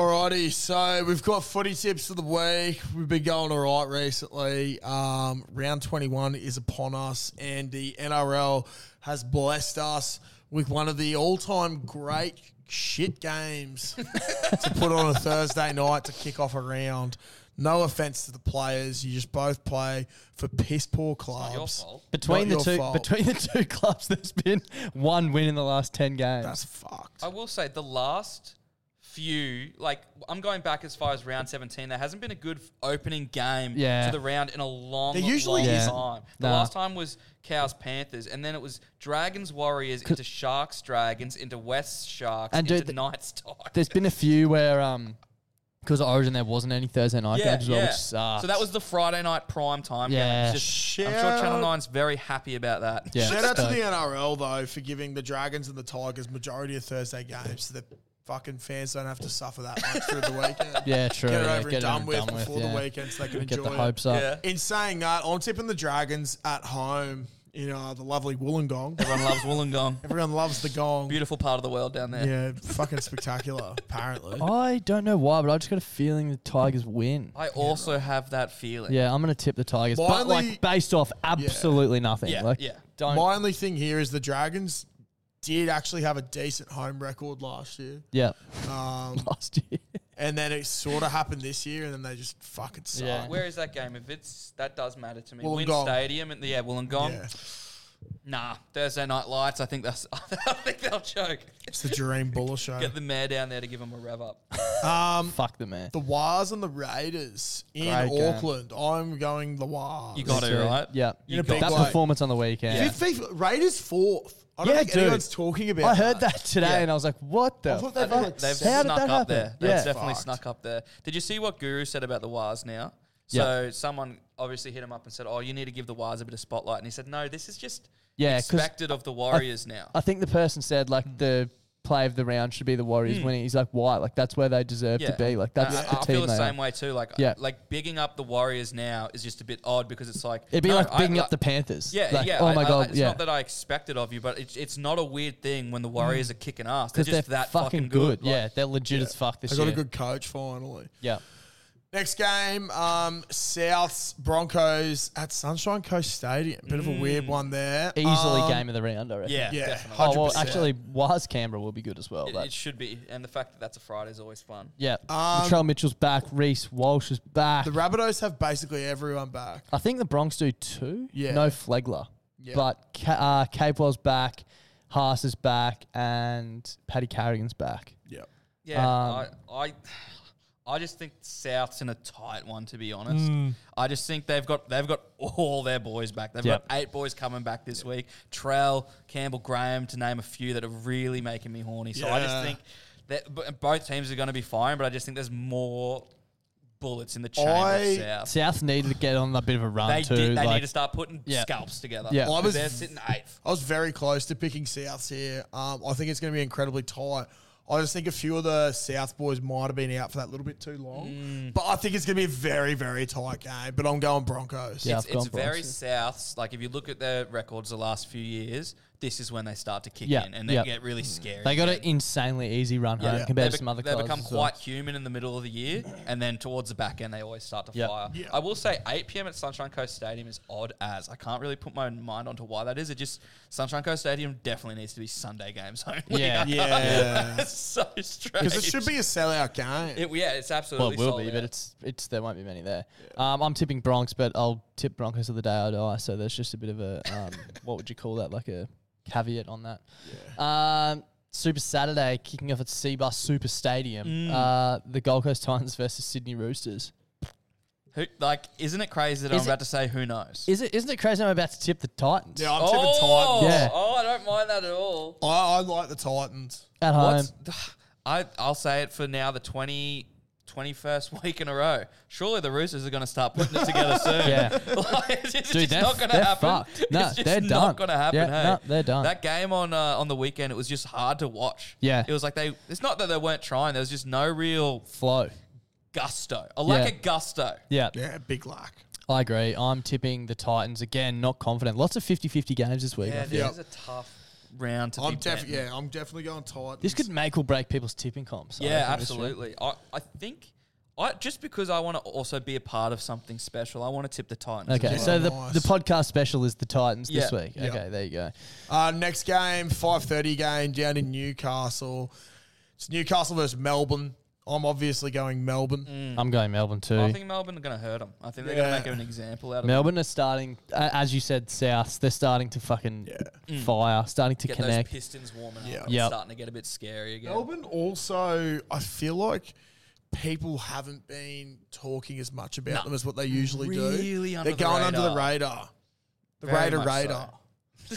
Alrighty, so we've got footy tips of the week. We've been going all right recently. Um, round 21 is upon us, and the NRL has blessed us with one of the all time great shit games to put on a Thursday night to kick off a round. No offense to the players, you just both play for piss poor clubs. Your fault. Between Not your the two fault. between the two clubs, there's been one win in the last ten games. That's fucked. I will say the last few, like I'm going back as far as round 17. There hasn't been a good f- opening game Yeah. to the round in a long, There usually long isn't. time. The Nah. last time was Cows Panthers, and then it was Dragons Warriors into Sharks Dragons into West Sharks And into dude, th- Knights Tigers. There's been a few where um because of Origin there wasn't any Thursday night games as well, which sucks. So that was the Friday night prime time Yeah. game. It's Just, I'm sure Channel 9's very happy about that. yeah. Shout out to so- the NRL though for giving the Dragons and the Tigers majority of Thursday games so that fucking fans don't have to suffer that much through the weekend. Yeah, true. Get it yeah, over and get it done with before yeah. the weekend so they can Get enjoy the hopes it. up. Yeah. In saying that, I'm tipping the Dragons at home in uh, the lovely Wollongong. Everyone loves Wollongong. Everyone loves the gong. Beautiful part of the world down there. Yeah, fucking spectacular, apparently. I don't know why, but I just got a feeling the Tigers win. I also have that feeling. Yeah, I'm gonna tip the Tigers, My but only- like based off absolutely nothing. Yeah, like, yeah. Don't. My only thing here is the Dragons did actually have a decent home record last year. yeah. Um, Last year. and then it sort of happened this year, and then they just fucking suck. Yeah. Where is that game? If it's that does matter to me. Wollongong. Win Stadium and yeah, Wollongong. Yeah. Nah, Thursday Night Lights. I think that's. I think they'll choke. It's the Dream Buller show. Get the mayor down there to give him a rev up. Um, Fuck the man. the Wars and the Raiders in Great game. Auckland. I'm going the Wars. You got it right. Yeah. You a big got That way. performance on the weekend. Fifth, fifth- Raiders fourth. I don't Yeah, think dude. anyone's talking about. I heard that today, Yeah. and I was like, "What I the? thought fuck? they were like They've How seven. did snuck that up happen? there. Yeah. They've definitely Fucked. snuck up there. Did you see what Guru said about the Wars now? So someone obviously hit him up and said, "Oh, you need to give the Wars a bit of spotlight." And he said, "No, this is just Yeah, 'cause expected of the Warriors now." I think the person said Hmm. like the play of the round should be the Warriors winning. He's like, "Why? Like that's where they deserve to be. Like that's I- the I, I team feel the they same are." way too. Like, Yeah. like bigging up the Warriors now is just a bit odd because it's like It'd be no, like I- bigging I- up the Panthers. Yeah, Like, yeah. Oh I- my I- god, it's yeah. not that I expected of you, but it's it's not a weird thing when the Warriors are kicking ass. They're Mm. Because just they're that fucking good. yeah, they're legit as fuck this They got year. a good coach finally. yeah. Um, Next game, um, Souths Broncos at Sunshine Coast Stadium. Bit of a weird one there. Mm. Easily Um, game of the round, I reckon. yeah, Yeah, definitely. Oh, well, 100%. actually, was Canberra will be good as well. It, but- it should be, and the fact that that's a Friday is always fun. yeah. Um, Latrell Mitchell's back. Reese Walsh is back. The Rabbitohs have basically everyone back. I think the Bronx do too. Yeah. No Flegler. Yeah. But Ca- uh, Capewell's back. Haas is back. And Paddy Carrigan's back. Yep. Yeah, Um, I, I, I just think South's in a tight one. To be honest, Hmm. I just think they've got they've got all their boys back. They've Yep. got eight boys coming back this week. Trell, Campbell, Graham, to name a few that are really making me horny. So I Yeah. just think that b- both teams are going to be fine, but I just think there's more bullets in the chamber. I- of South. South needed to get on a bit of a run They, too. did, they like, need to start putting Yeah. scalps together. Yeah. I was- they're sitting eighth. I was very close to picking Souths here. Um, I think it's going to be incredibly tight. I just think a few of the South boys might have been out for that little bit too long. Mm. But I think it's going to be a very, very tight game. But I'm going Broncos. Yeah. It's, I've gone it's very Bronx, south. Like if you look at their records the last few years, this is when they start to kick Yeah, in and they yeah. get really scary. They got again. an insanely easy run home Yeah. compared They to some other bec- They clubs. become as well. quite human in the middle of the year, and then towards the back end, they always start to Yeah. fire. Yeah. I will say, 8 p.m. at Sunshine Coast Stadium is odd as I can't really put my mind onto why that is. It just Sunshine Coast Stadium definitely needs to be Sunday games only. Yeah. Yeah. it's so strange. Because it should be a sellout game. It- yeah, it's Well, absolutely. it will sold be, out. but it's it's there won't be many there. Um, I'm tipping Bronx, but I'll tip Broncos of the day I die. So there's just a bit of a um, what would you call that? Like a caveat on that. Um, Super Saturday kicking off at Seabus Super Stadium. Uh, the Gold Coast Titans versus Sydney Roosters. Who, like, isn't it crazy that Is I'm about to say who knows? Is it? Isn't it crazy? I'm about to tip the Titans Yeah, I'm tipping oh, Titans. Yeah. oh, I don't mind that at all. I, I like the Titans. at home. What's, I, I'll say it for now, the 20, 21st week in a row. Surely the Roosters are going to start putting it together soon. Yeah. Like, it's just Dude, it's they're- not going they're to happen. fucked. No, it's just they're done. not going to happen. Yeah, hey. no, they're done. That game on uh, on the weekend, it was just hard to watch. Yeah. It was like they, it's not that they weren't trying, there was just no real Flow. gusto, a lack Yeah. of gusto. Yeah. Yeah, big luck. I agree. I'm tipping the Titans again. Not confident. Lots of 50-50 games this week. I Yeah, think. this Yeah. is a tough round to I'm be definitely, betting. yeah, I'm definitely going Titans. This could make or break people's tipping comps. I Yeah, reckon, this year. absolutely. I, I think I just because I want to also be a part of something special, I want to tip the Titans. Okay, Yeah. so the, Nice. the podcast special is the Titans this Yeah. week. Yeah. Okay, there you go. Uh, next game, five thirty game down in Newcastle. It's Newcastle versus Melbourne. I'm obviously going Melbourne. I'm going Melbourne too. Hmm. I think Melbourne are going to hurt them. I think they're going Yeah. to make an example out of Melbourne are starting, a- as you said, South. They're starting to fucking fire, starting to Hmm. get those connect. Pistons warming Yeah. up. Yep. Yeah, starting to get a bit scary again. Melbourne also, I feel like people haven't been talking as much about them as what they usually Really do. under They're the going under the radar. radar. The Very radar much so. radar.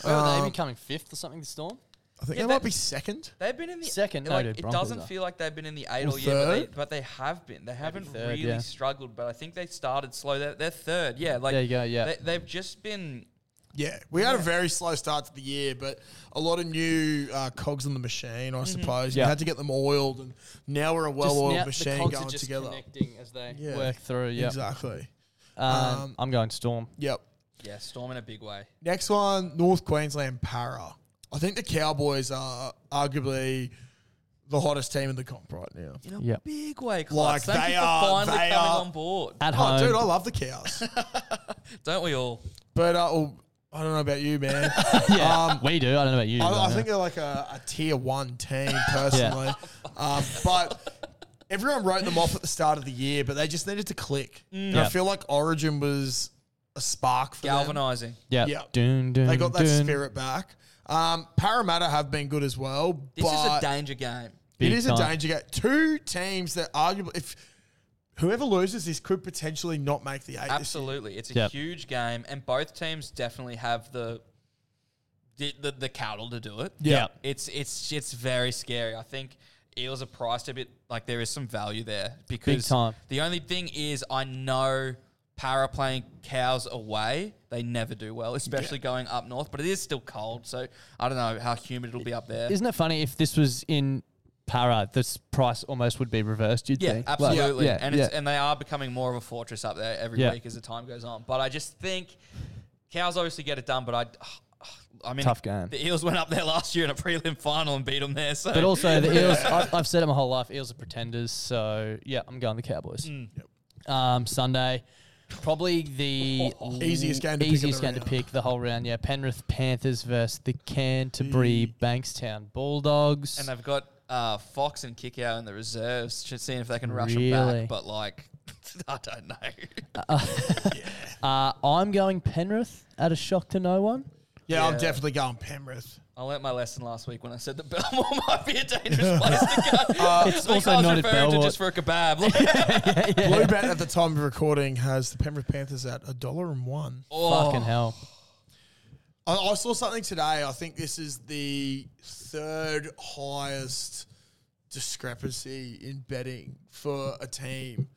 Where were they Um, becoming fifth or something? The Storm. I think Yeah, they might that- be second. They've been in the Second, no, Like, dude, it Broncos doesn't are. feel like they've been in the eight Or all year, but they, third? but they have been. They haven't third, really yeah. struggled, but I think they started slow. They're, they're third, yeah. Like There you go, yeah. They, they've just been Yeah, we had a very slow start to the year, but a lot of new uh, cogs in the machine, I Mm-hmm. suppose. Yeah. You had to get them oiled, and now we're a well-oiled machine going together. connecting as they Yeah. work through. Yeah, Exactly. um, Um, I'm going Storm. Yep. yeah storming a big way. Next one, North Queensland Para. I think the Cowboys are arguably the hottest team in the comp right now. In a Yep. big way, Like, Clark. Thank they you for are- finally they coming are- on board. At Oh, home, dude, I love the cows. Don't we all? but uh, oh, I don't know about you, man. yeah, we do. I don't know about you. um, I, I but, think yeah. they're like a, a tier one team, personally. um, but everyone wrote them off at the start of the year, but they just needed to click. And I Mm. Yeah. feel like Origin was a spark for them. Galvanizing. yeah, yeah. Dun, dun, They got that dun. spirit back. Um, Parramatta have been good as well. This but is a danger game. Big it is a time. danger game. Two teams that arguably, if whoever loses this could potentially not make the eight. this Absolutely, it's a Yep. huge game, and both teams definitely have the the the, the cattle to do it. Yeah. it's it's it's very scary. I think Eels are priced a bit like there is some value there because time. the only thing is I know para playing cows away they never do well, especially going up north. But it is still cold, so I don't know how humid it'll be up there. Isn't it funny if this was in Para, this price almost would be reversed. You'd Yeah, think. Like, absolutely. yeah, and yeah. It's, and they are becoming more of a fortress up there every Yeah. week as the time goes on. But I just think cows obviously get it done. But I, I mean, Tough game. The Eels went up there last year in a prelim final and beat them there. So But also the Eels. I, I've said it my whole life. Eels are pretenders. So yeah, I'm going the Cowboys. Mm. Um, Sunday, probably the Easiest game to pick of easiest the game to round. pick the whole round. Yeah, Penrith Panthers versus the Canterbury Mm. Bankstown Bulldogs. and they've got uh, Fox and Kickout in the reserves, just seeing if they can rush them Really? back. But like, I don't know. uh, I'm going Penrith. At a shock to no one. year. Yeah, I'm Yeah. definitely going Penrith. I learnt my lesson last week when I said that Belmore might be a dangerous place to go. It's I think Uh, also I was not at referring to Belmore. just for a kebab. Blue bet at the time of recording has the Penrith Panthers at a dollar and one. Oh. Fucking hell. I, I saw something today. I think this is the third highest discrepancy in betting for a team,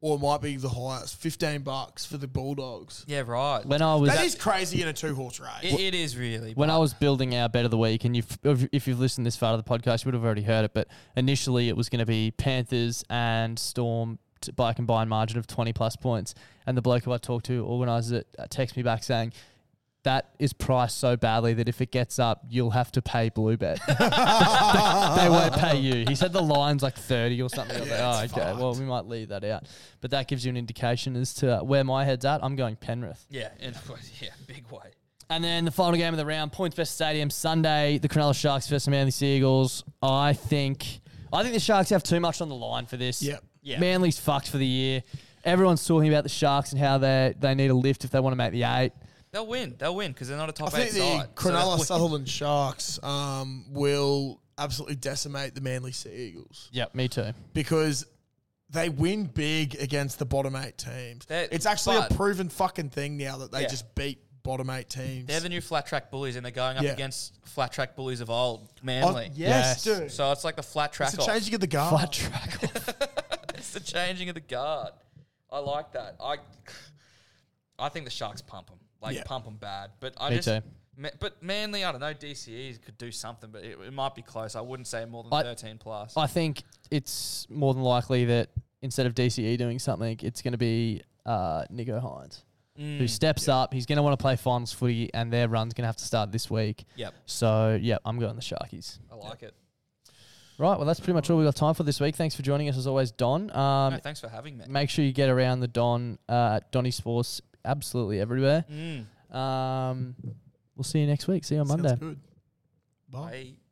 or it might be the highest. Fifteen bucks for the Bulldogs. yeah, right. When I was that is crazy in a two-horse race. It, it is really. when I was building our bet of the week, and you've, if if you've listened this far to the podcast, you would have already heard it. But initially, it was going to be Panthers and Storm t- by a combined margin of twenty plus points. And the bloke who I talked to organises it uh, texts me back saying. That is priced so badly that if it gets up, you'll have to pay Blue Bet. they, they won't pay you. He said the line's like 30 or something. I was Yeah, like, it's oh, okay. fucked. Well, we might leave that out. But that gives you an indication as to where my head's at. I'm going Penrith. Yeah, and yeah, big way. And then the final game of the round, Points Best Stadium, Sunday, the Cronulla Sharks versus Manly Seagulls. I think I think the Sharks have too much on the line for this. Yep. Yeah. Manly's fucked for the year. Everyone's talking about the Sharks and how they they need a lift if they want to make the eight. They'll win. They'll win because they're not I a top think eight the side. Cronulla so they'll win. Sutherland Sharks um, will absolutely decimate the Manly Sea Eagles Yep, me too. because they win big against the bottom eight teams. They're- it's actually a but- proven fucking thing now that they Yeah. just beat bottom eight teams. They're the new flat track bullies, and they're going up Yeah. against flat track bullies of old, Oh, Manly. yes, Yes. dude. So it's like the flat track. it's a off. changing of the guard. Flat track. It's the changing of the guard. I like that. I, I think the Sharks pump them, like Yeah. pump them bad. But I Me just, too. Ma- but Manly, I don't know. DCE could do something, but it, it might be close. I wouldn't say more than I- thirteen plus. I think it's E more than likely that instead of DCE doing something, it's going to be uh, Nico Hines. Mm, who steps up. He's going to want to play finals footy, and their run's going to have to start this week. Yep. So, yeah, I'm going the Sharkies. I like it. Right, well, that's pretty much all we've got time for this week. Thanks for joining us, as always, Don. No, Um, thanks for having me. make sure you get around the Don uh, at Donny Sports absolutely everywhere. Mm. Um, we'll see you next week. See you on Sounds Monday. good. Bye. Bye.